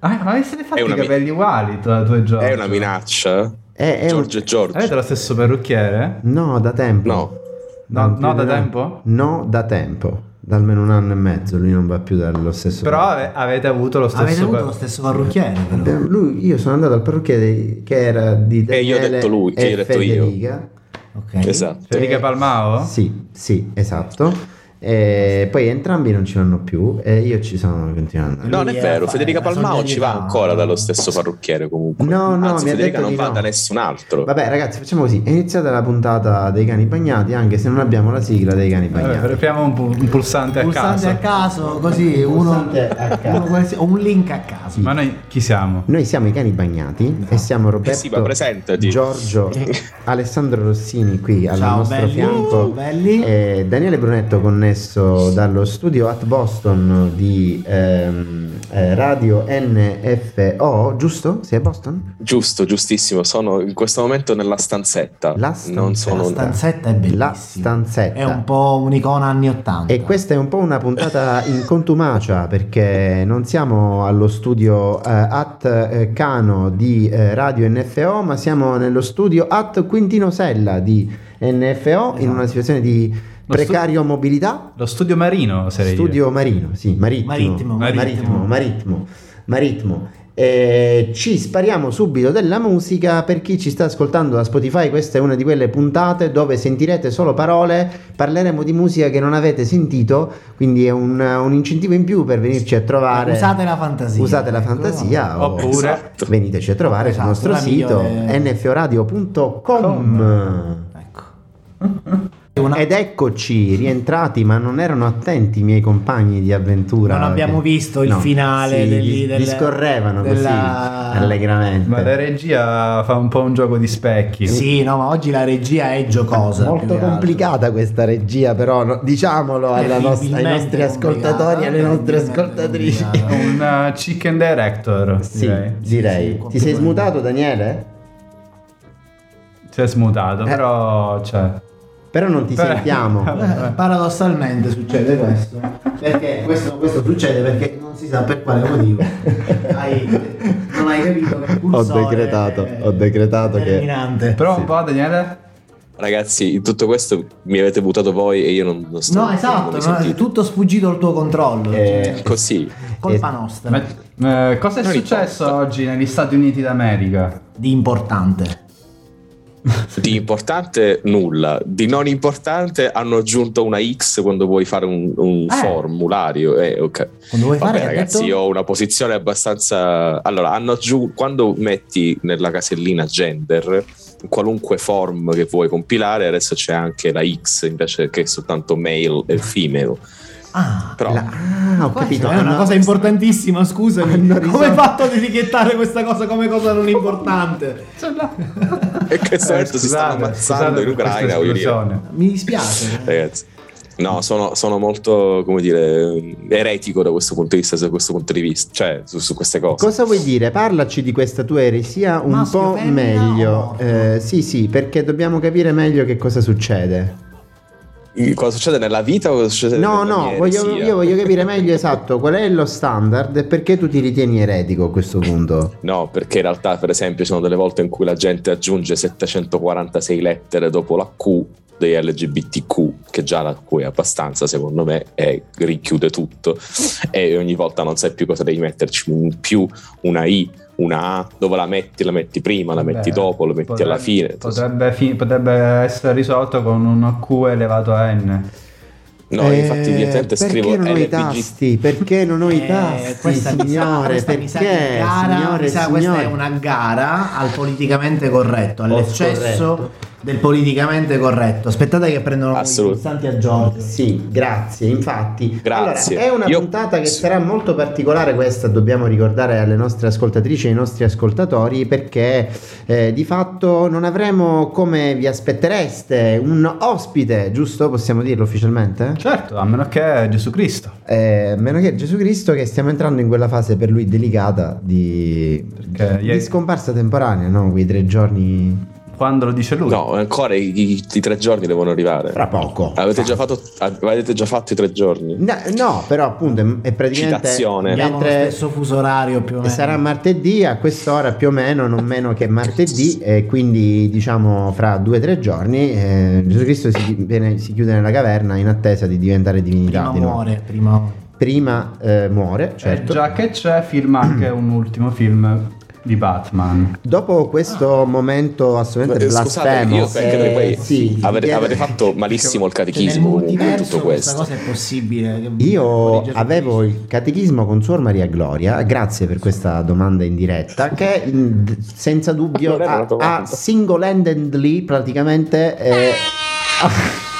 Ah, ma vi siete fatti È i una mi- capelli uguali tra tu e Giorgio? È una minaccia? È- è un- Giorgio e Giorgio. Avete lo stesso parrucchiere? No, da tempo. No, No, Non no, più da di un- tempo? No, da tempo. Da almeno un anno e mezzo lui non va più dallo stesso. Però ave- avete avuto lo stesso Avete avuto par- lo stesso parrucchiere, però. Eh, lui- io sono andato al parrucchiere che era di E io ho Daniele detto lui, che e io ho detto io. Federica. Ok. esatto. Federica Cioè, Eh, Palmao? Sì, sì, esatto. E poi entrambi non ci vanno più e io ci sono continuando. No, non è Lui è- vero, fa- Federica è la Palmao ci va solidarietà. ancora dallo stesso parrucchiere comunque. No, no, Anzi, mi ha Federica detto non di va no. da nessun altro. Vabbè, ragazzi, facciamo così: è iniziata la puntata dei cani bagnati, anche se non abbiamo la sigla dei cani Vabbè, bagnati. apriamo un, pu- un pulsante a Pulsante caso. a caso, così uno, Pulsante a caso. uno qualsi- un link a caso. Ma noi chi siamo? Noi siamo i cani bagnati Esatto. e siamo Roberto, Eh sì, ma presentati. Giorgio, Alessandro Rossini qui al Eh. Ciao nostro belli, fianco. belli. E Daniele Brunetto connesso dallo studio at Boston di ehm, eh, Radio NFO, giusto? Sei a Boston? Giusto, giustissimo. Sono in questo momento nella stanzetta. La stanzetta. Non sono la stanzetta è bellissima. La stanzetta. È un po' un'icona anni 80. E questa è un po' una puntata in contumacia perché non siamo allo studio eh, at eh, Cano di eh, Radio NFO, ma siamo nello studio at Quintino Sella di NFO in una situazione di Lo stu- precario mobilità. Lo studio marino, sarei Studio marino, sì, marittimo. Marittimo, marittimo, marittimo. marittimo, marittimo. Eh, ci spariamo subito della musica per chi ci sta ascoltando da Spotify. Questa è una di quelle puntate dove sentirete solo parole, parleremo di musica che non avete sentito, quindi è un, un incentivo in più per venirci a trovare. Usate la fantasia. Usate la Ecco. fantasia o Oppure- Esatto. veniteci a trovare Esatto, sul nostro la sito migliore- nforadio.com. Ecco. Ed eccoci rientrati, ma non erano attenti i miei compagni di avventura. Non abbiamo Che- visto il finale sì, del- dis- del- discorrevano della- così allegramente. Ma la regia fa un po' un gioco di specchi. Sì, no, ma oggi la regia è giocosa. più Molto che altro. complicata questa regia, però no- diciamolo alla nos- ai nostri Terribilmente ascoltatori e alle complicata, nostre terribilmente ascoltatrici. complicata. Un eh, chicken director, Sì, direi. direi. Ti sì, sei complimenti. smutato, Daniele? Si è smutato, Eh. però cioè, Però non ti Beh. sentiamo. Eh, Paradossalmente succede questo. Perché questo, questo succede perché non si sa per quale motivo. Hai- non hai capito che il cursore decretato, è ho decretato che- determinante. Però un po' Daniele Ragazzi, in tutto questo mi avete votato voi e io non, non sto. No, esatto, non mi no, è sentite. tutto sfuggito al tuo controllo. Eh, cioè, Così. colpa eh, nostra Ma- eh, cosa è Non successo importa. oggi negli Stati Uniti d'America? di importante. Di importante nulla, di non importante hanno aggiunto una X quando vuoi fare un, un Eh. formulario. Eh, ok. Quando vuoi Vabbè fare, ha ragazzi, detto- io ho una posizione abbastanza... Allora, hanno aggiunto... Quando metti nella casellina gender, qualunque form che vuoi compilare, adesso c'è anche la X invece che soltanto male e female. Ah, Però La- ah, ho capito. è una hanno- cosa importantissima, scusami. Hanno Come risolto- hai fatto ad etichettare questa cosa come cosa non importante? in questo Eh, momento si stanno scusate, ammazzando scusate in per questa Ucraina, voglio dire. esclusione. Mi dispiace. eh. Ragazzi. No, sono, sono molto, come dire, eretico da questo punto di vista, su questo punto di vista, cioè su, su queste cose. Cosa vuoi dire? Parlaci di questa tua eresia un Maschio, po' femmina o meglio. morto? Eh, sì, sì, perché dobbiamo capire meglio che cosa succede. Cosa succede nella vita o cosa succede No, nella no, mia voglio, eresia? io voglio capire meglio esatto qual è lo standard e perché tu ti ritieni eretico a questo punto. No, perché in realtà, per esempio, ci sono delle volte in cui la gente aggiunge 746 lettere dopo la Q dei LGBTQ, che già la Q è abbastanza, secondo me, e richiude tutto. E ogni volta non sai più cosa devi metterci, un più, una I, una A, dove la metti, la metti prima, la Vabbè, metti dopo, la metti potrebbe- alla fine. Potrebbe, fi- potrebbe essere risolto con un Q elevato a N. No, Eh, infatti direttamente scrivo Perché non ho i LBG. tasti? Perché non ho i Eh, tasti, questa mi sa- signore? questa mi perché, sa che è gara, signore, mi sa questa signore? è una gara al politicamente corretto, all'eccesso scorretto. del politicamente corretto. Aspettate che prendono i Assolut- pulsanti a Giorgio. Sì, grazie, infatti. Grazie. Allora, è una Io- puntata che sì. sarà molto particolare questa, dobbiamo ricordare alle nostre ascoltatrici e ai nostri ascoltatori, perché eh, di fatto non avremo, come vi aspettereste, un ospite, giusto? Possiamo dirlo ufficialmente? Certo, a meno che Gesù Cristo. Eh, a meno che Gesù Cristo che stiamo entrando in quella fase per lui delicata di, Perché di ieri- scomparsa temporanea, no? Quei tre giorni... quando lo dice lui. No, ancora i, i- i tre giorni devono arrivare. Fra poco. Avete già, fatto, avete già fatto i tre giorni? No, no, però appunto è- è praticamente Citazione. Abbiamo lo mentre stesso fuso orario più o meno. sarà martedì a quest'ora più o meno, non meno che martedì, e quindi diciamo fra due o tre giorni eh, Gesù Cristo si, viene- si chiude nella caverna in attesa di diventare divinità. prima di nuovo. muore, prima muore. Prima eh, muore, certo. E già che c'è, film anche un ultimo film di Batman. Dopo questo momento assolutamente Eh, Scusate, blasfemo, io perché eh, poi sì, avete, chiede- avete fatto malissimo il Cioè, nel catechismo comunque multiverso tutto questa questo. cosa è possibile. che- Io fuori Gesù avevo Cristo. il catechismo con Suor Maria Gloria, grazie per questa domanda in diretta, che mm, d- senza dubbio Non era una ha, domanda. ha single-handedly praticamente... eh,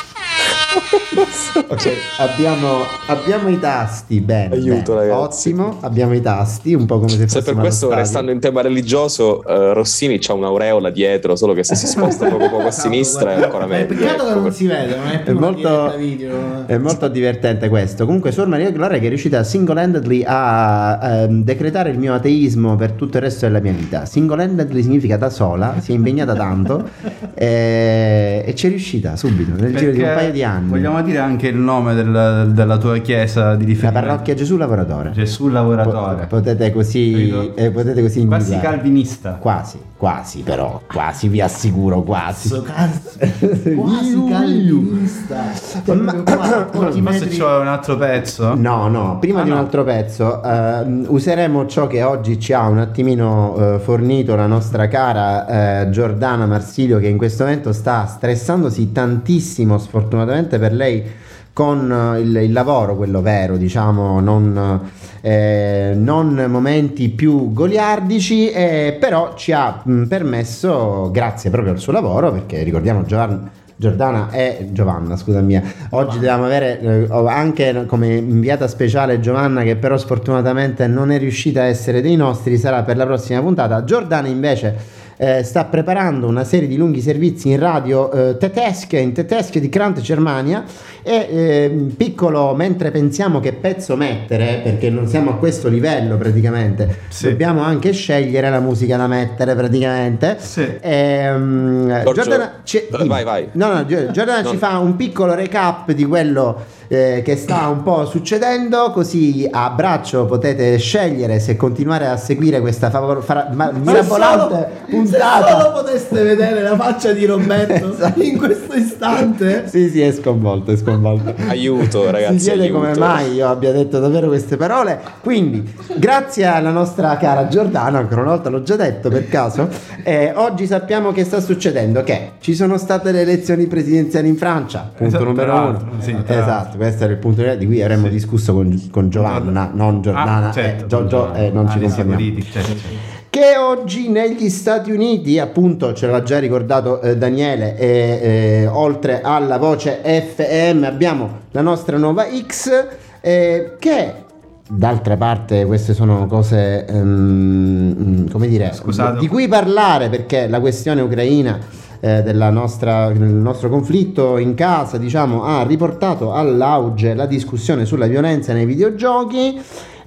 Ok, abbiamo, abbiamo i tasti, bene, Aiuto, bene, ragazzi. ottimo, abbiamo i tasti, un po' come se fossimo Se per allo questo stadio. restando in tema religioso, eh, Rossini c'ha un'aureola dietro, solo che se si sposta poco poco a sinistra è ancora Esatto, È meglio. Eh, peccato che ecco, non per- si vede, non è È più una molto, Eh, diretta video. eh. è molto divertente questo. Comunque, Suor Maria Gloria che è riuscita single-handedly a ehm, decretare il mio ateismo per tutto il resto della mia vita. Single-handedly significa da sola, si è impegnata tanto eh, e ci è riuscita subito, nel giro di un Perché paio di anni. Vogliamo dire anche il nome del- della tua chiesa di La riferimento. parrocchia Gesù Lavoratore. Gesù Po- Lavoratore. potete così, Capito? eh, potete così Quasi individuare. calvinista. Quasi, quasi, però, quasi, vi assicuro, quasi. Cazzo, cazzo. Quasi Iu, calvinista. Cioè, Ma- proprio qua, pochi Ma se metri- c'è un altro pezzo? No, no, prima Ah, di un no. altro pezzo ehm, useremo ciò che oggi ci ha un attimino eh, fornito la nostra cara eh, Giordana Marsilio che in questo momento sta stressandosi tantissimo sfortunatamente per lei con eh, il, il lavoro, quello vero, diciamo, non, eh, non momenti più goliardici, eh, però ci ha mh, permesso, grazie proprio al suo lavoro, perché ricordiamo Giovanna, Giordana e Giovanna, scusa mia, Oggi dobbiamo avere eh, ho anche come inviata speciale Giovanna, che però sfortunatamente non è riuscita a essere dei nostri, sarà per la prossima puntata. Giordana invece eh, sta preparando una serie di lunghi servizi in radio eh, tedesche, in tedesche di Grande Germania. E eh, un piccolo, mentre pensiamo che pezzo mettere, perché non siamo a questo livello praticamente, Sì. dobbiamo anche scegliere la musica da mettere praticamente. Sì. Ehm, Giorgio, Giordana, ci- vai, vai, vai. No, no, Gio- Giordana No. ci fa un piccolo recap di quello eh, che sta un po' succedendo, così a braccio potete scegliere se continuare a seguire questa favor- fra- ma- mirabolante Se solo- Se solo puntata. poteste vedere la faccia di Roberto in questo istante. Sì, sì, è sconvolto, è sconvolto. Aiuto, ragazzi. si chiede aiuto. come mai io abbia detto davvero queste parole. Quindi, grazie alla nostra cara Giordana, ancora una volta l'ho già detto per caso, eh, oggi sappiamo che sta succedendo, che ci sono state le elezioni presidenziali in Francia, punto Esatto, numero tra uno. l'altro, sì, tra l'altro. esatto, questo era il punto di cui avremmo Sì. discusso con, con Giovanna, non Giordana, Ah, certo, eh, Gio- Gio- eh, non ci Analisi confondiamo politica, certo, certo. che oggi negli Stati Uniti, appunto ce l'ha già ricordato eh, Daniele, e eh, oltre alla voce FM abbiamo la nostra nuova X eh, che d'altra parte queste sono cose ehm, mm, come dire Scusate. di cui parlare perché la questione ucraina eh, della nostra, del nostro conflitto in casa diciamo ha riportato all'auge la discussione sulla violenza nei videogiochi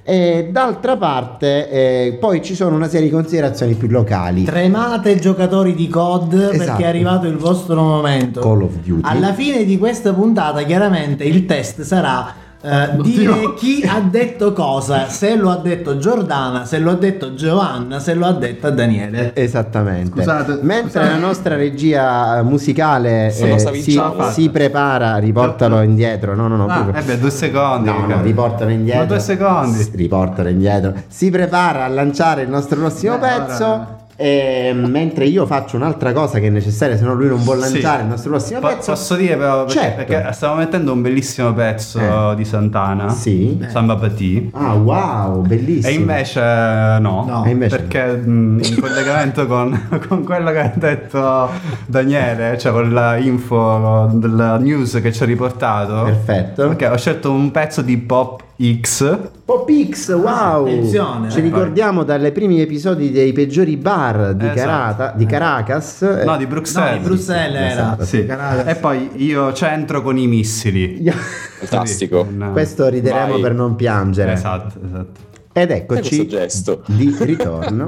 e d'altra parte eh, poi ci sono una serie di considerazioni più locali Tremate giocatori di COD Esatto. perché è arrivato il vostro momento. Call of Duty Alla fine di questa puntata, chiaramente il test sarà eh, dire chi ha detto cosa, se lo ha detto Giordana, se lo ha detto Giovanna, se lo ha detto Daniele. Esattamente. Scusate, Mentre scusate. la nostra regia musicale Sono eh, si, Savicciano. si prepara, riportalo indietro. No, no, no. Ah, proprio- eh beh, due secondi. No, no, cara. riportalo indietro. Ma due secondi. S- riportalo indietro. Si prepara a lanciare il nostro prossimo Beh, pezzo. ora- e, mentre io faccio un'altra cosa che è necessaria, se no lui non vuole Sì. lanciare il nostro prossimo Po- pezzo. Posso dire però perché, Certo. perché stavo mettendo un bellissimo pezzo Eh. di Santana, Sì. Samba Patì. Ah, wow, bellissimo. E invece eh, no, No. E invece perché mh, in collegamento con, con quello che ha detto Daniele, cioè con la info della news che ci ha riportato, Perfetto. ok, ho scelto un pezzo di Pop X. Popix, wow! Attenzione. Ci ricordiamo dalle primi episodi dei peggiori bar di, Esatto. Carata- di Caracas. eh, No, di No, Bruxelles. di Bruxelles era. Esatto. Sì. Canale. E poi io centro con i missili. Io- Fantastico. Sì, un- Questo rideremo Vai. per non piangere. Esatto, esatto. Ed Fai questo eccoci gesto. di ritorno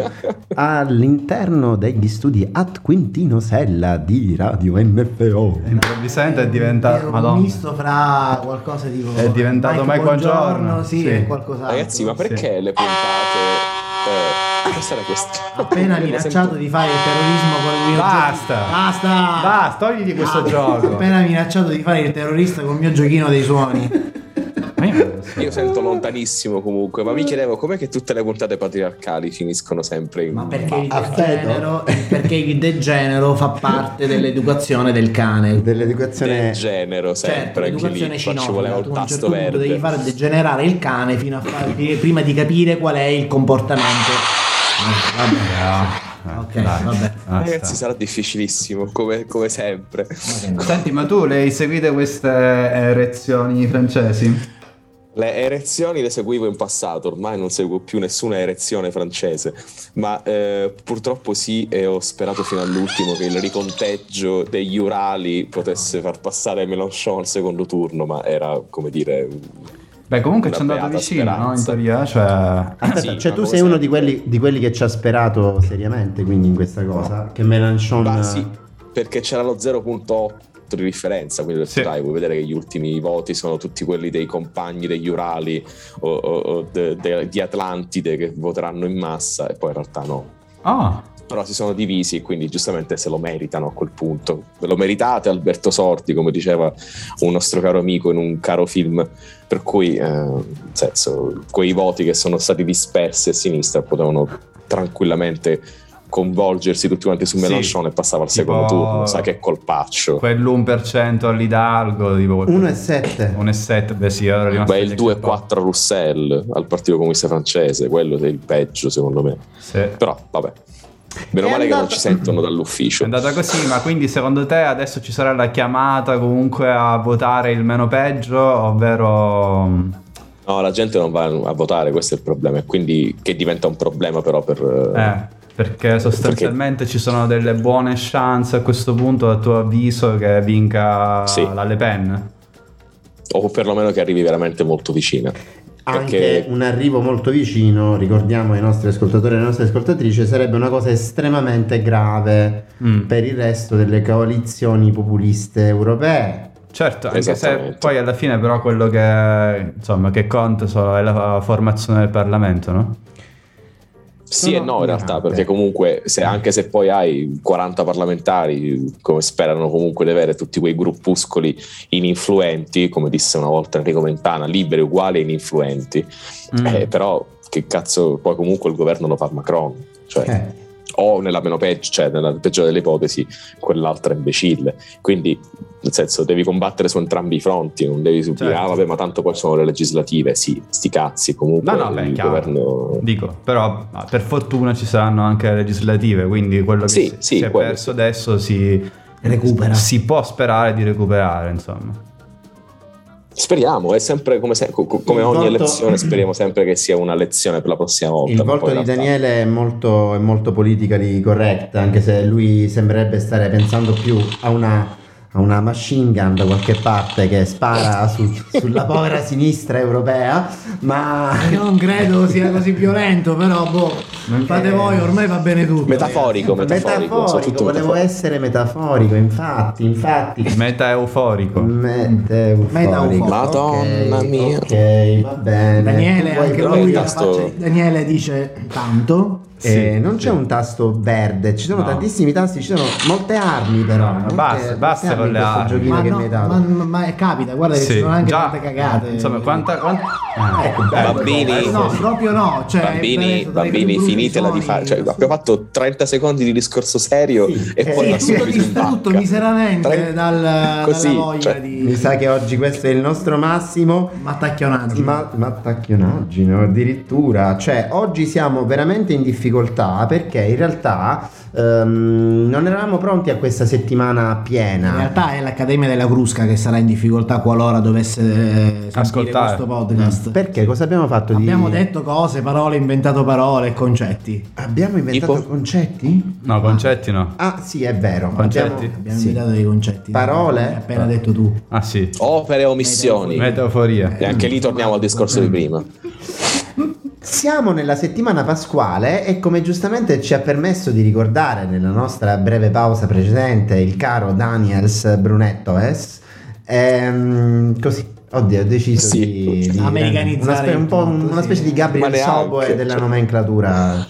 all'interno degli studi At Quintino Sella di Radio NFO. Improvvisamente è Era diventato... un Madonna. misto fra qualcosa tipo È diventato Mike Mike Buongiorno, sì, sì. e qualcos'altro. Ragazzi, ma perché le puntate... Eh, cosa era questo? appena minacciato di fare il terrorismo con il mio Basta. giochi- basta Ah. Basta, togliti questo gioco. appena minacciato di fare il terrorista con il mio giochino dei suoni Ma io non lo so. Io sento lontanissimo comunque, ma mi chiedevo com'è che tutte le puntate patriarcali finiscono sempre in... ma perché il Ma- degenero perché il degenero fa parte dell'educazione del cane Dell'educazione del genero Certo, sempre anche l'educazione lì qua ci cinofila, voleva tu un a un certo tasto punto verde devi far degenerare il cane fino a far- prima di capire qual è il comportamento. No, no, Ok, dai, vabbè. basta. ragazzi sarà difficilissimo come, come sempre Senti, ma tu le hai seguite queste erezioni francesi? le erezioni le seguivo in passato ormai non seguo più nessuna erezione francese ma eh, purtroppo sì e ho sperato fino all'ultimo che il riconteggio degli Urali potesse far passare Mélenchon al secondo turno ma era come dire Beh, comunque Una ci è andato beata vicino, no? In speranza. teoria, cioè... Aspetta, Sì, cioè ma tu come sei uno sempre. di quelli, di quelli che ci ha sperato seriamente quindi in questa cosa, che Melanchon... Ma sì, perché c'era lo 0.8 di differenza, quindi ho detto, Sì. dai, vuoi vedere che gli ultimi voti sono tutti quelli dei compagni degli Urali o, o- o de- de- di Atlantide che voteranno in massa e poi in realtà no. Ah, Però si sono divisi, quindi giustamente se lo meritano a quel punto. Ve lo meritate Alberto Sorti, come diceva un nostro caro amico in un caro film, per cui, eh, nel senso, quei voti che sono stati dispersi a sinistra potevano tranquillamente convolgersi tutti quanti su Sì. Melanchon e passava al Tipo- secondo turno, sa che colpaccio. quell'1% all'Idalgo, tipo... 1,7. 1,7, beh sì, allora è rimasto... Beh, il lì, 2-4 a Roussel al Partito Comunista Francese, quello è il peggio secondo me. Sì. È Però, vabbè. Meno È male che non andato- ci sentono dall'ufficio. andata così, ma quindi secondo te adesso ci sarà la chiamata comunque a votare il meno peggio, ovvero... No, la gente non va a votare, questo è il problema, e quindi che diventa un problema però per... eh, Eh, perché sostanzialmente ci sono delle buone chance a questo punto, a tuo avviso, che vinca Sì. la Le Pen. o perlomeno che arrivi veramente molto vicina. Anche Perché- un arrivo molto vicino, ricordiamo ai nostri ascoltatori e alle nostre ascoltatrici, sarebbe una cosa estremamente grave Mm. per il resto delle coalizioni populiste europee. Certo, anche se Esattamente. poi alla fine però quello che, insomma, che conta so- è la formazione del Parlamento, no? Sì e no in realtà, ignorante. perché comunque se- anche se poi hai 40 parlamentari, come sperano comunque di avere tutti quei gruppuscoli ininfluenti, come disse una volta Enrico Mentana, liberi uguali e ininfluenti, Mm. Eh, però che cazzo, poi comunque il governo lo fa Macron, cioè... Eh, o nella meno peggio, cioè nella peggiore delle ipotesi, quell'altra imbecille. Quindi, nel senso, devi combattere su entrambi i fronti, non devi subire, Certo. ah vabbè, ma tanto poi sono le legislative, sì, sti cazzi, comunque No, no, beh, è il chiaro. governo... Dico, però ah, per fortuna ci saranno anche le legislative, quindi quello che Sì, si, sì, si è quello perso adesso si, Recupera. si può sperare di recuperare, insomma. Speriamo, è sempre come, se- co- co- come Il ogni volto- elezione, speriamo sempre che sia una lezione per la prossima volta. Il ma volto poi di in realtà- Daniele è molto, è molto politically correct, anche se lui sembrerebbe stare pensando più a una, a una machine gun da qualche parte che spara Certo. su- sulla povera sinistra europea, ma... Non credo sia così violento, però boh, Non fate credo. voi, ormai va bene tutto. Metaforico, metaforico, soprattutto volevo metaforico. essere metaforico, infatti, infatti. Meta euforico. Metaforico. Madonna ok, mia. Ok, va bene. Daniele, Tu vuoi anche trovare lui, il la tasto- faccia di Daniele dice tanto. Eh, Sì, non sì. c'è un tasto verde, ci sono No. tantissimi tasti, ci sono molte armi però. No, molte- basta, molte basta con le questo armi. giochino Ma, che no, mi hai dato. ma- ma- ma capita, guarda che ci Sì, sono anche già- Eh, tante cagate. Insomma, quanta... quanta... ah, Ecco, bello. Bambini. No, proprio no. Cioè, Bambini, veramente, tra i bambini, più brutti finitela di suoni. fare. Cioè, abbiamo fatto 30 secondi di discorso serio Sì, e eh, poi sì, la tutto subito in distrutto vacca. miseramente Tre- dal- Così, dalla voglia cioè, di Mi sa che oggi questo è il nostro massimo. mattacchionaggi. Ma, ma tacchionaggine addirittura, cioè oggi siamo veramente in difficoltà perché in realtà ehm, non eravamo pronti a questa settimana In piena. realtà è l'Accademia della Crusca che sarà in difficoltà qualora dovesse eh, sentire Ascoltare. questo podcast. Perché cosa abbiamo fatto Mm. di Abbiamo detto cose, parole, inventato parole e concetti. Abbiamo inventato Tipo? concetti? No, concetti no. Ah, sì, è vero. Concetti? Abbiamo- Abbiamo sì. inventato dei concetti. Parole? Hai appena detto tu. Ah sì. Opere e omissioni. Eh, Eh. Metaforia. E anche lì torniamo al discorso di prima. Siamo nella settimana pasquale e come giustamente ci ha permesso di ricordare nella nostra breve pausa precedente il caro Daniels Brunettoes, ehm, così, oddio, ho deciso Sì. di, di Americanizzare una spe- un po' il tutto, una specie sì. di Gabriel Ma neanche, Soboe della cioè. nomenclatura.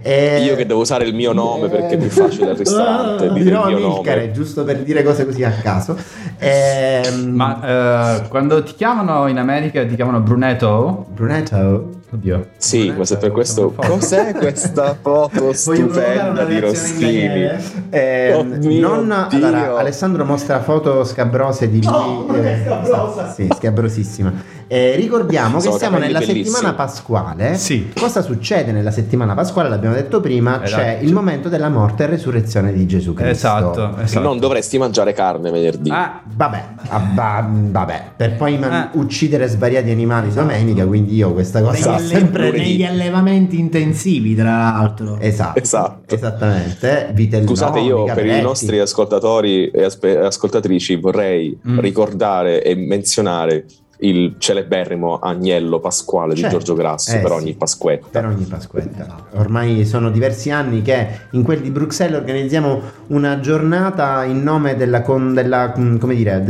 Eh, Io che devo usare il mio nome eh, perché è più facile al ristorante dire il Dirò mio Amilcare, nome. Ah, giusto per dire cose così a caso. Ehm, Ma eh, quando ti chiamano in America ti chiamano Brunetto? Brunetto, Oddio. Sì, ma se per questo Sono forte. cos'è questa foto stupenda di Rossini? Eh, Oh mio non, Dio. allora, Alessandro mostra foto scabrose di lui. No, non è scabrosa. Sì, scabrosissima. Eh, ricordiamo Sono che siamo capelli nella bellissimi. settimana pasquale. Sì. Cosa succede nella settimana pasquale? L'abbiamo detto prima, Esatto. c'è il momento della morte e resurrezione di Gesù Cristo. Esatto, esatto. Non dovresti mangiare carne venerdì. Ah, Vabbè, ah, va- vabbè, per poi man- Eh. uccidere svariati animali domenica, quindi io questa cosa Esatto. l'ho negli, sempre alle- negli allevamenti intensivi, tra l'altro. Esatto, Esatto. esattamente. Vitelloni, Scusate, io per i capelletti. nostri ascoltatori e aspe- ascoltatrici vorrei Mm. ricordare e menzionare il celeberrimo agnello pasquale di Certo. Giorgio Grasso Eh, per sì. ogni pasquetta. per ogni Pasquetta. Ormai sono diversi anni che in quel di Bruxelles organizziamo una giornata in nome della, con- della, mm, come dire,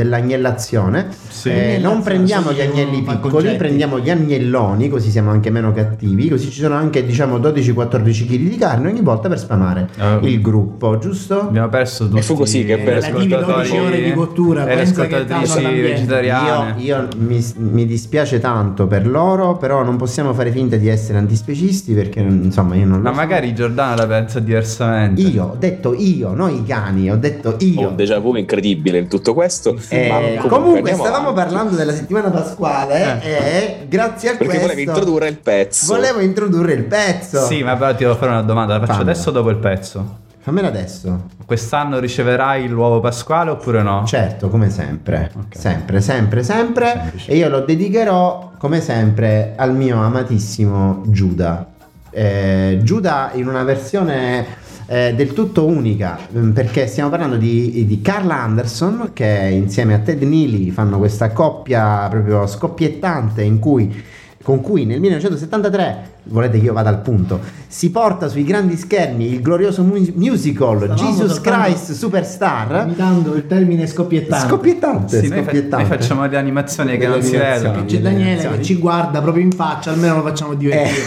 dell'agnellazione. sì. Eh, non prendiamo gli agnelli Ma piccoli, concetti. prendiamo gli agnelloni, così siamo anche meno cattivi, così ci sono anche diciamo 12-14 kg di carne ogni volta per spamare Eh, il gruppo, giusto? Abbiamo perso tutti E fu così che per- ascoltatori- Relativi 12 ore di e cottura, le pensa che tanto ascoltatrici all'ambiente. vegetariane. Io, io mi, mi dispiace tanto per loro, però non possiamo fare finta di essere antispecisti perché insomma io non lo Ma so. magari Giordana la pensa diversamente. Io, ho detto io, no i cani, ho detto Ho io. un déjà vu incredibile in tutto questo. Eh, ma comunque, andiamo stavamo avanti. parlando della settimana pasquale Eh. e grazie a Perché questo volevi introdurre il pezzo. volevo introdurre il pezzo. Sì, ma però ti devo fare una domanda, la faccio Fammela. adesso o dopo il pezzo? Fammela adesso. Quest'anno riceverai l'uovo pasquale oppure no? Certo, come sempre. Ok. Sempre, sempre, sempre. Semplice. E io lo dedicherò, come sempre, al mio amatissimo Giuda. Eh, Giuda in una versione eh, del tutto unica, mm, perché stiamo parlando di, di Carla Anderson, che insieme a Ted Neely fanno questa coppia proprio scoppiettante in cui- con cui nel 1973, volete che io vada al punto, si porta sui grandi schermi il glorioso mu- musical Stavamo Jesus soltanto- Christ Superstar. Imitando il termine scoppiettante. Scoppiettante, Sì, noi, fa- scoppiettante. noi facciamo le animazioni che Delle non si animazioni. vedono. C'è Daniele che ci guarda proprio in faccia, almeno lo facciamo Eh, divertire.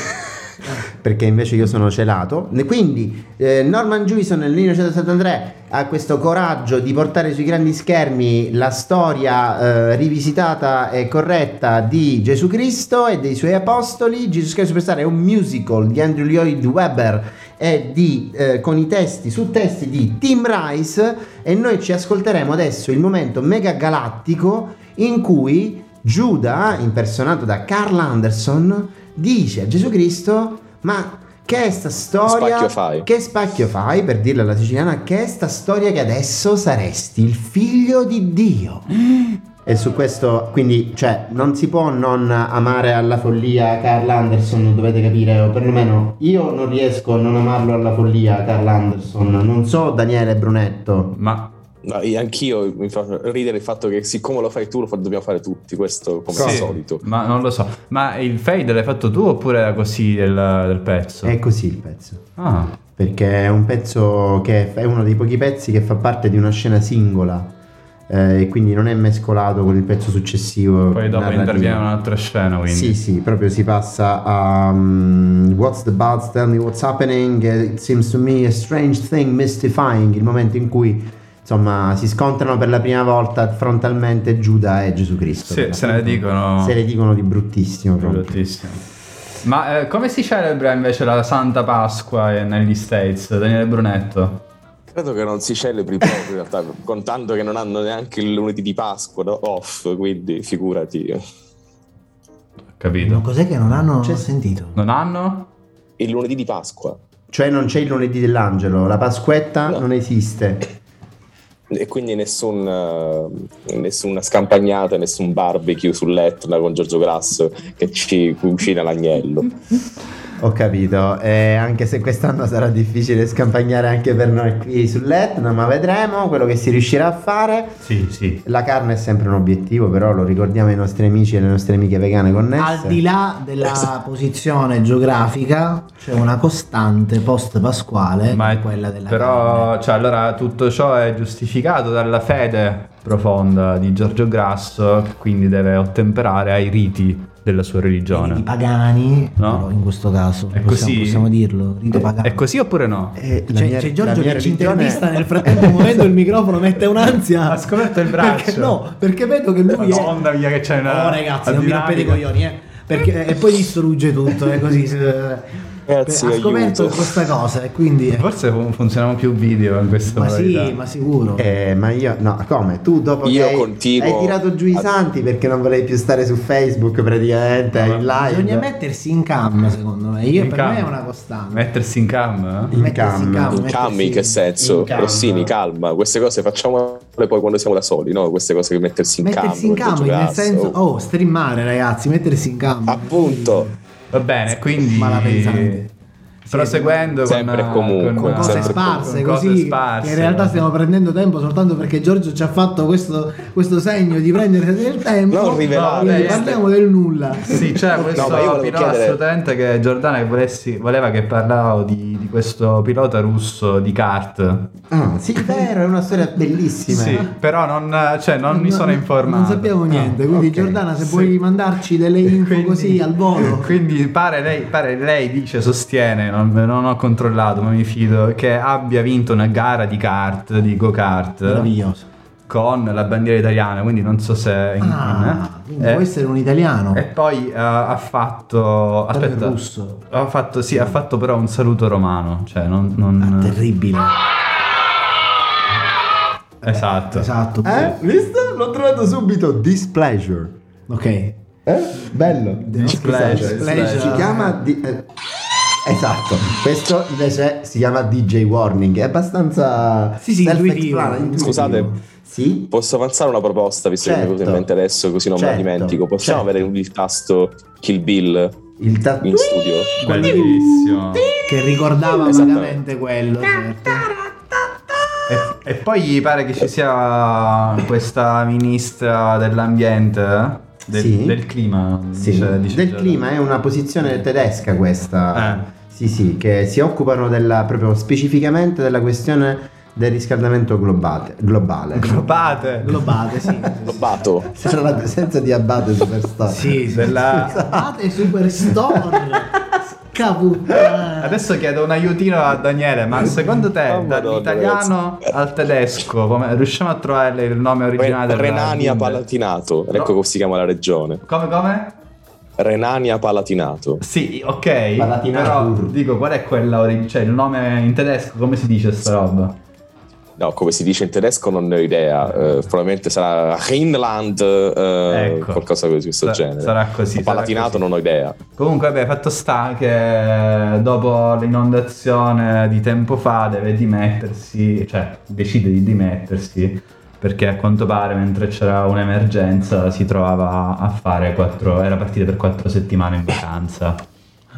perché invece io sono celato. E Quindi eh, Norman Jewison nel 1973 ha questo coraggio di portare sui grandi schermi la storia eh, rivisitata e corretta di Gesù Cristo e dei suoi apostoli. Jesus Christ Superstar è un musical di Andrew Lloyd Webber e di, eh, con i testi, su testi di Tim Rice e noi ci ascolteremo adesso il momento mega galattico in cui Giuda, impersonato da Carl Anderson, dice a Gesù Cristo: Ma che è sta storia? Spacchio fai." Che spacchio fai, per dirla alla siciliana, che è sta storia che adesso saresti il figlio di Dio? E su questo, quindi, cioè, non si può non amare alla follia Carl Anderson, dovete capire, o perlomeno io non riesco a non amarlo alla follia Carl Anderson, non so Daniele Brunetto. Ma No, io- anch'io mi fa ridere il fatto che siccome lo fai tu lo fa- dobbiamo fare tutti, questo come al Sì, solito. Ma non lo so. Ma il fade l'hai fatto tu oppure era così del, del pezzo? È così il pezzo. Ah, perché è un pezzo che è uno dei pochi pezzi che fa parte di una scena singola eh, e quindi non è mescolato con il pezzo successivo. poi dopo narrativo. interviene un'altra scena, quindi. Sì, sì, proprio si passa a um, What's the buzz? Tell me what's happening. eh, It seems to me a strange thing, mystifying. Il momento in cui insomma si scontrano per la prima volta frontalmente Giuda e Gesù Cristo. Sì, Per se ne l'appunto. dicono. Se ne dicono di bruttissimo proprio. Bruttissimo. Ma eh, come si celebra invece la Santa Pasqua eh, negli States, Daniele Brunetto? Credo che non si celebri proprio in realtà, contando che non hanno neanche il lunedì di Pasqua no? off, quindi figurati. Capito? cos'è che non hanno C'è- sentito? Non hanno? Il lunedì di Pasqua. Cioè non c'è il lunedì dell'angelo, la Pasquetta No. non esiste. E quindi nessun, eh, nessuna scampagnata, nessun barbecue sull'Etna con Giorgio Grasso che ci cucina l'agnello. Ho capito, eh, anche se quest'anno sarà difficile scampagnare anche per noi qui sull'Etna, ma vedremo quello che si riuscirà a fare. Sì, sì. La carne è sempre un obiettivo, però lo ricordiamo ai nostri amici e alle nostre amiche vegane connesse. Al di là della posizione geografica c'è una costante post pasquale, Ma è- Eh, quella della carne. Però, cioè, allora, tutto ciò è giustificato dalla fede profonda di Giorgio Grasso, che quindi deve ottemperare ai riti della sua Quindi i religione. pagani, No. però in questo caso, È possiamo, così? possiamo dirlo, rito pagano. È così oppure no? Eh, la C'è, mia- c'è Giorgio la mia che ci religione- intervista nel frattempo muovendo il microfono mette un'ansia Ha scoperto il perché braccio. no perché vedo che lui è Madonna mia, che c'è una- oh ragazzi una non mi dinamica. rompete i coglioni eh perché, e poi distrugge tutto è così eh. Ragazzi, ha scoperto aiuto. questa cosa e quindi Forse fun- funzionano più video in questa ma sì modalità. ma sicuro Eh, ma io, no, come? Tu dopo Io che hai- continuo hai tirato giù i a- santi perché non volevi più stare su Facebook praticamente in live. bisogna mettersi in cam secondo me io, In per cam. me è una costante Mettersi in cam? eh? In mettersi Ah, cam. in cam In mettersi- Calmi, in che senso? in calma. Rossini, calma, queste cose facciamole poi quando siamo da soli, no? Queste cose che mettersi in mettersi in campo, cam nel senso oh streamare ragazzi mettersi in cam Appunto. Va bene, quindi Malapensante. proseguendo con, Sempre e comunque, con cose sempre sparse con cose così sparse. che in realtà stiamo prendendo tempo soltanto perché Giorgio ci ha fatto questo, questo segno di prendere del tempo Non rivelate. quindi No, beh, parliamo del nulla Sì, c'era questo ma io volevo pilota chiedere- studente che Giordana che volessi- voleva che parlavo di, di questo pilota russo di kart. Ah, sì, è vero, è una storia bellissima. Sì, però non, cioè, non mi sono informato. non sappiamo niente Ah, quindi ok. Giordana se Sì. vuoi mandarci delle info Quindi- così al volo Quindi pare lei, pare lei dice, sostiene, non, non ho controllato ma mi fido, che abbia vinto una gara di kart, di go-kart. meraviglioso con la bandiera italiana, quindi non so se è in- ah, in- quindi eh. può essere un italiano E poi eh, ha fatto Però è aspetta, russo. ha fatto sì, ha fatto però un saluto romano, cioè non, non- Ah, terribile esatto. esatto Eh? Visto? L'ho trovato subito. Displeasure. ok Eh? Bello. Displeasure, Scusate. displeasure. cioè, Si chiama... di- eh, Esatto, questo invece si chiama DJ Warning, è abbastanza Sì, sì, self-explanatory, intuitivo. intuitivo. Scusate. Sì? Posso avanzare una proposta, visto che mi è venuto in Certo. mente adesso, così non me Certo, la dimentico. Possiamo certo. avere il tasto Kill Bill Il tattoo in studio? Bellissimo. E, che ricordava Esattamente. vagamente quello certo. e poi gli pare che ci sia questa ministra dell'ambiente eh? del, Sì. del clima, Sì, dice- dice del Giordano. clima è una posizione tedesca questa. Eh. Sì, sì, che si occupano della, proprio specificamente della questione del riscaldamento globate- globale. Globate. certo. globate sì, L'ho bato. Sarà la presenza di Abate Superstar. sì, sì. Della- Esatto. Fate Superstore. Caputtana. Adesso chiedo un aiutino a Daniele, ma secondo te Oh, Madonna, dall'italiano ragazzi. al tedesco come- riusciamo a trovare il nome originale? Re- della Renania Bundes- Palatinato. No. Ecco come si chiama la regione. Come come? Renania Palatinato. Sì, ok. Palatinato. Però dico qual è quella ori- cioè il nome in tedesco come si dice sta roba? No, come si dice in tedesco non ne ho idea. eh, probabilmente sarà Rheinland, eh, Ecco. qualcosa di questo Sa- genere. sarà così, sarà Palatinato così. non ho idea. Comunque, vabbè, fatto sta che eh, dopo l'inondazione di tempo fa deve dimettersi, cioè decide di dimettersi perché a quanto pare mentre c'era un'emergenza si trovava a fare quattro, era partita per quattro settimane in vacanza.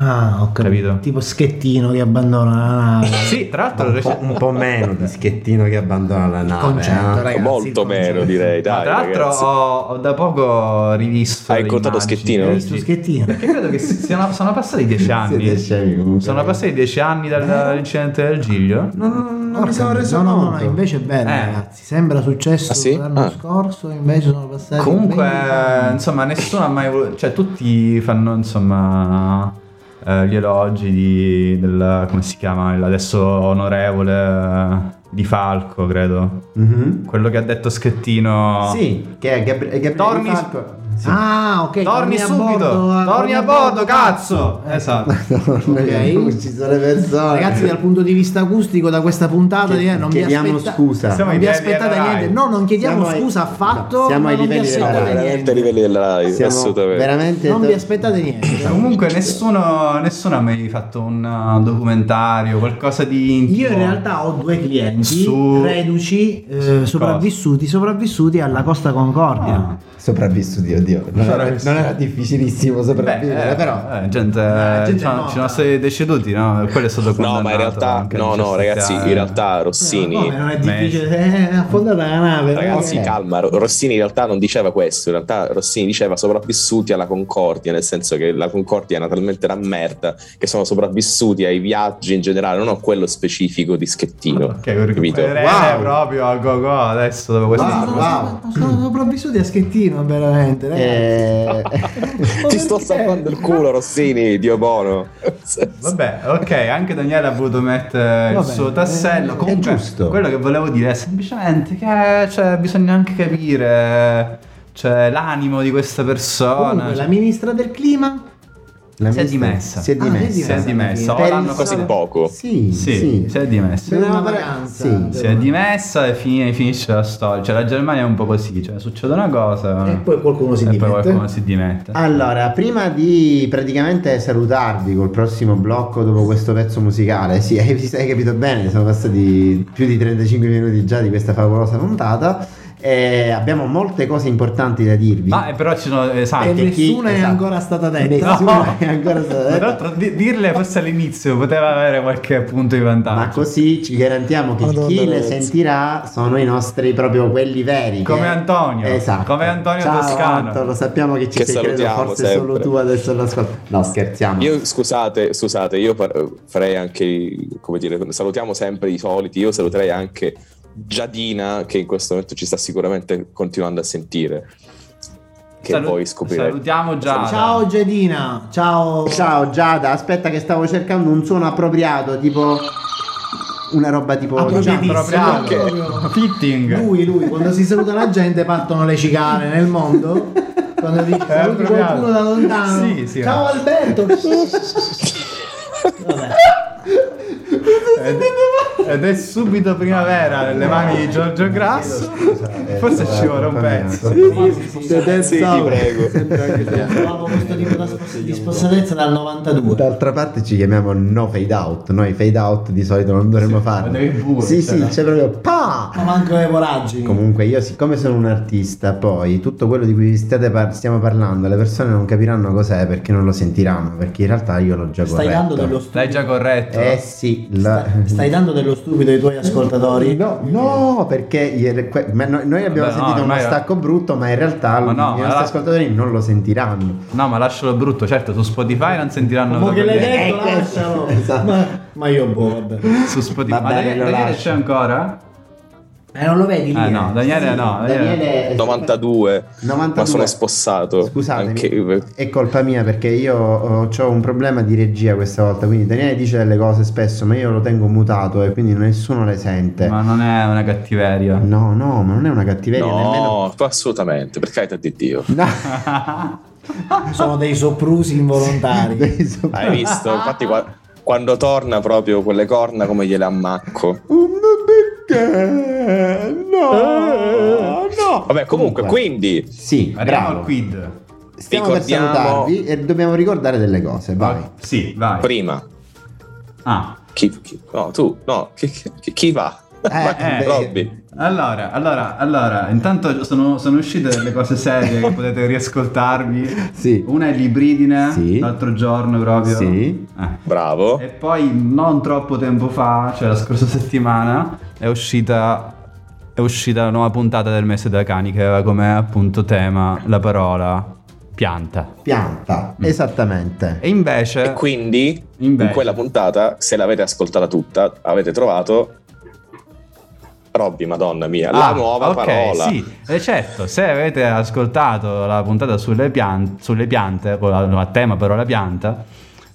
Ah, ho capito. Capito? Tipo schettino che abbandona la nave. Sì, tra l'altro Un po', un po' meno di Schettino che abbandona la nave. Concetto, eh. ragazzi, il Molto concetto. meno direi, Ma dai. tra l'altro oh, ragazzi. ho, ho da poco rivisto. Hai le incontrato immagini. Schettino? Hai visto Schettino? Perché credo che si- siano, sono passati dieci Siete anni. Eh? scemi comunque. Sono passati dieci anni dal- dall'incidente del Giglio. No, no, no, non Porca mi sono miseria. reso no, no, conto. no, invece è bello, Eh. ragazzi. Sembra successo Ah, sì? l'anno Ah. scorso, invece sono passati. Comunque, eh, 20. insomma, nessuno ha mai voluto. Cioè, tutti fanno, insomma, eh, gli elogi di, del. come si chiama? Adesso onorevole eh, Di Falco, credo. Mhm. Quello che ha detto Schettino. Sì, che è Gabri- è Gabriele Torni- Falco. Sì. Ah, ok. Torni subito! bordo, torni a bordo, cazzo! Eh. Esatto. Ok. Ci sono le persone. Ragazzi, dal punto di vista acustico, da questa puntata, eh, non vi chiediamo aspetta- scusa. Siamo Non vi in aspettate DLRI. niente, no, non chiediamo Siamo ai- scusa affatto. no, siamo ma ai non vi livelli della aspettate Rai. niente. veramente a Eh, livelli della live, Siamo assolutamente. veramente Non vi aspettate niente. Comunque nessuno, nessuno ha mai fatto un uh, documentario, qualcosa di intimo. Io in realtà ho due clienti Su- reduci, eh, Cosa? sopravvissuti, sopravvissuti alla Costa Concordia. Ah. sopravvissuti, oddio, Oddio, non Sarà- era, non era difficilissimo sopravvivere, Beh, eh, però. eh, gente, Eh, gente diciamo, morta. ci sono stati deceduti, no? Quello è stato No, condannato ma in realtà, anche a no, no, 17 ragazzi, anni. in realtà Rossini. Ma Eh, come, non è Messi. difficile, eh, affondata la nave. Ragazzi, eh. calma, Ro- Rossini in realtà non diceva questo, in realtà Rossini diceva sopravvissuti alla Concordia, nel senso che la Concordia era talmente una merda che sono sopravvissuti ai viaggi in generale, non a quello specifico di Schettino. Ok, capito. Capito? Wow. proprio a go go adesso dopo questo. Wow. Sono, sono sopravvissuti a Schettino, veramente. ragazzi. Eh, Ti sto salvando Eh, il culo, Rossini, Dio buono. Vabbè, ok, anche Daniele ha voluto mettere il Vabbè, eh, suo tassello. è- è Comunque, giusto. quello che volevo dire è semplicemente che cioè, bisogna anche capire cioè, l'animo di questa persona. Comunque, la ministra del clima la Si è mia- dimessa. Si è Ah, si è dimessa. si è dimessa. Per o l'hanno il Così fatto- poco. Sì, Sì, sì. si è dimessa. Per una Dovevamo- vacanza. sì, Si è dimessa e fini- finisce la storia. Cioè, la Germania è un po' così: cioè, succede una cosa E poi qualcuno si e poi dimette. Ah, qualcuno si dimette. Allora, prima di praticamente salutarvi col prossimo blocco dopo questo pezzo musicale, sì, hai, hai capito bene, sono passati più di 35 minuti già di questa favolosa puntata. eh, abbiamo molte cose importanti da dirvi. Ma eh, però ci sono. e Esatto. Perché chi- nessuna è esatto. ancora stata detta. Nessuno- No. è ancora stata Tra eh. detta. l'altro, di- dirle forse all'inizio poteva avere qualche punto di Ma vantaggio. così ci garantiamo che Madonna, chi le ragazzi. sentirà sono i nostri proprio quelli veri. Come che- Antonio. Eh, Esatto. Come Antonio Ciao, Toscano. Anto, lo sappiamo che ci Che sei credo salutiamo forse sempre. solo tu adesso all'ascolto. No, scherziamo. Io scusate, scusate, io par- farei anche, come dire, salutiamo sempre i soliti, io saluterei anche Giadina che in questo momento ci sta sicuramente continuando a sentire. Che Salu- poi scoprirete. Salutiamo Giada. Ciao Gedina, ciao. Ciao Giada, aspetta che stavo cercando un suono appropriato, tipo una roba tipo Appropriatissimo, Giada, proprio anche- proprio. Fitting. Lui, lui, quando si saluta la gente partono le cicale nel mondo. Quando dice Eh, saluti proviamo. qualcuno da lontano. Sì, sì, Ciao no. Alberto. Vabbè. Ed, ed è subito primavera nelle mani di Giorgio Grasso. Forse ci vuole un pezzo. Sì, ti prego. Trovavo questo tipo da spos- di spossatezza dal 92. D'altra parte ci chiamiamo no fade out, noi fade out di solito non dovremmo farlo. ma devi pure, Sì, cioè, sì, no. c'è proprio pa! Ma manco le voragini. Comunque io siccome sono un artista poi tutto quello di cui state par- stiamo parlando le persone non capiranno cos'è perché non lo sentiranno perché in realtà io l'ho già Stai corretto. dando dello L'hai già stupido. corretto? Eh sì, la- Stai, stai dando dello stupido ai tuoi ascoltatori. No, no, perché ieri- que- ma no- noi Vabbè, abbiamo no, sentito uno ormai- stacco brutto, ma in realtà Ma no, i ma nostri la- ascoltatori non lo sentiranno. No, ma lascialo brutto. Certo, su Spotify non sentiranno Ma che proprio l'hai niente. detto, Eh, lascialo. esatto. Ma, ma io boh, vabbè. Su Spotify. Va Ma bene, Daniele, lo Daniele c'è lascio. ancora? Eh, non lo vedi lì? Eh no, Daniele no. Daniele... Daniele 92, 92. ma sono spossato. Scusatemi, Certo, Anche- è colpa mia perché io ho, c'ho un problema di regia questa volta, quindi Daniele dice delle cose spesso, ma io lo tengo mutato e quindi nessuno le sente. Ma non è una cattiveria. No, no, ma non è una cattiveria no, nemmeno. assolutamente, per carità di Dio. No. Sono dei soprusi involontari. Hai visto? Infatti qua- quando torna proprio con le corna come gliele ammacco. Un perché? No, no. Eh. Vabbè, comunque, quindi Sì, Arriviamo bravo. al quid. Stiamo per Ricordiamo- salutarvi e dobbiamo ricordare delle cose, vai. Sì, vai. prima Ah. chi, chi- no, tu, no, chi, chi- chi va? Ma- beh. Robby. Allora, allora, allora, intanto sono, sono uscite delle cose serie che potete eh. riascoltarvi. Sì. Una è l'ibridine, Sì. l'altro giorno proprio. Sì. Eh. Bravo. E poi non troppo tempo fa, cioè la scorsa settimana, è uscita è uscita la nuova puntata del Mese da Cani che aveva come appunto tema la parola pianta. Pianta, Mm. esattamente. E invece E quindi Invece. in quella puntata, se l'avete ascoltata tutta, avete trovato Robby, madonna mia, la Ah, nuova ok, parola. Sì, eh, certo, se avete ascoltato la puntata sulle, pian- sulle piante, con la- a tema parola pianta,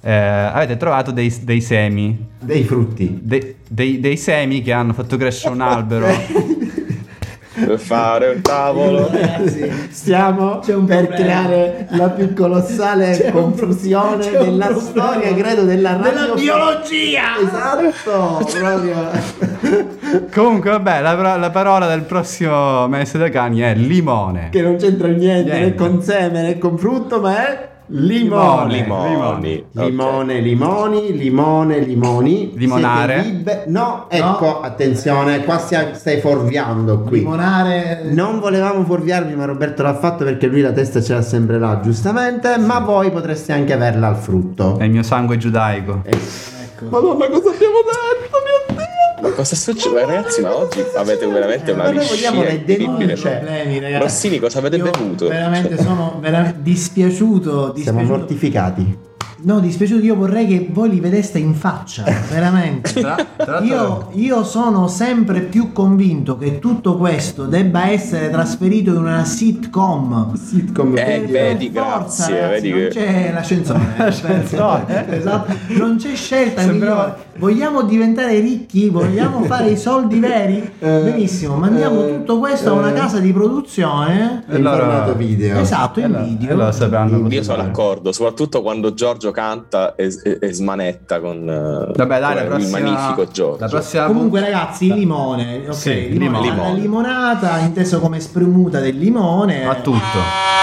eh, avete trovato dei, dei semi, Dei frutti. de- dei, dei semi che hanno fatto crescere un albero. Per fare un tavolo. Ragazzi, Stiamo C'è un per problema. creare la più colossale C'è un pro- confusione c'è un della problema. storia, credo, della Della radio- biologia! Esatto, Cioè, proprio. Comunque, vabbè, la, pro- la parola del prossimo mese da cani è limone. che non c'entra niente né Niente. con seme né con frutto, ma è Limone. Limoni. Ok. Limone, limoni, limone, limoni. Limonare. Siete libe- No, ecco, attenzione, qua stia- stai forviando qui. Limonare. Non volevamo forviarvi, ma Roberto l'ha fatto perché lui la testa ce l'ha sempre là, giustamente, ma voi potreste anche averla al frutto. È Eh. il mio sangue giudaico. Eh, Ecco. Madonna, cosa abbiamo detto? Mio Dio! Ma cosa sta succedendo? Ragazzi, ma oggi avete veramente una Ma noi liscia Eh, vogliamo le incredibile. Eh, denunce. cioè, problemi, ragazzi. Rossini, cosa avete Io bevuto? Veramente Cioè. sono vera- dispiaciuto. Siamo dispiaciuto. mortificati. No, dispiaciuto, io vorrei che voi li vedeste in faccia, veramente. Tra- tra l'altro- Io, io sono sempre più convinto che tutto questo debba essere trasferito in una sitcom. Sitcom. Eh, Per- vedi, per grazie, vedi non che- c'è l'ascensore. L'ascensore. esatto. Non c'è scelta Sembrava- migliore. Vogliamo diventare ricchi, vogliamo fare i soldi veri? Eh, Benissimo, mandiamo eh, tutto questo a una eh. casa di produzione. E allora- Informato video. Esatto, in E lo- video. e lo sapranno Io così. sono d'accordo, soprattutto quando Giorgio canta e, e- e smanetta con eh, Vabbè, dai, la il prossima. magnifico Giorgio. La prossima Comunque, ragazzi, il limone, ok, Sì, il limone. limone. la limonata, inteso come spremuta del limone. a tutto.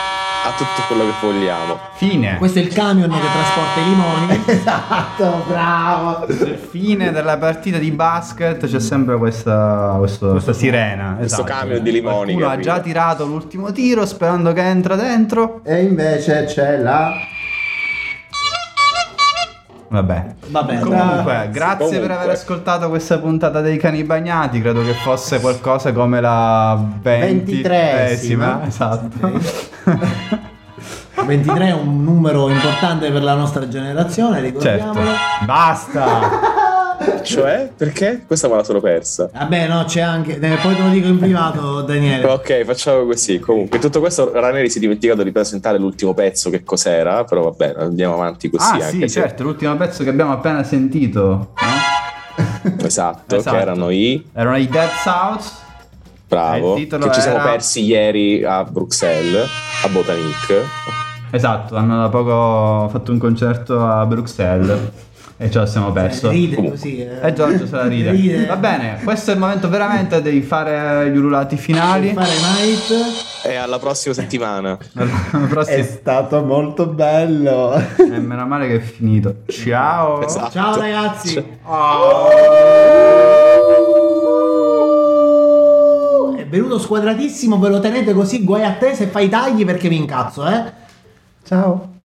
A tutto quello che vogliamo. Fine. Questo è il camion che trasporta i limoni. Esatto, bravo. Fine della partita di basket c'è sempre questa, questo- questa sirena. Questo esatto. camion di limoni Qualcuno che ha già arriva. tirato l'ultimo tiro sperando che entra dentro. E invece c'è la... Vabbè. Vabbè, Eh, Comunque, grazie Comunque. per aver ascoltato questa puntata dei cani bagnati. Credo che fosse qualcosa come la 23esima. 23esima. Esatto. 23 è un numero importante per la nostra generazione, ricordiamolo. certo. Basta. Cioè, perché? Questa me la sono persa. Vabbè, no, c'è anche. eh, Poi te lo dico in privato, Eh. Daniele. Ok, facciamo così. Comunque, tutto questo Raneri si è dimenticato di presentare l'ultimo pezzo che cos'era, però vabbè, andiamo avanti così ah, anche sì, se- certo. L'ultimo pezzo che abbiamo appena sentito. no? Esatto, Esatto. che erano i Erano i Dead South. bravo Eh, il che titolo ci siamo era- persi ieri a Bruxelles, a Botanique. Esatto, hanno da poco fatto un concerto a Bruxelles e ce la siamo perso. Ride Comunque. così. eh. E Giorgio se la ride. Va bene, questo è il momento veramente di fare gli ululati finali. Fare night. E alla prossima settimana. Alla È prossima- stato molto bello. Eh, meno male che è finito. Ciao. Esatto. Ciao ragazzi. È venuto squadratissimo, ve lo tenete così, guai a te se fai i tagli perché mi incazzo, eh. Ciao.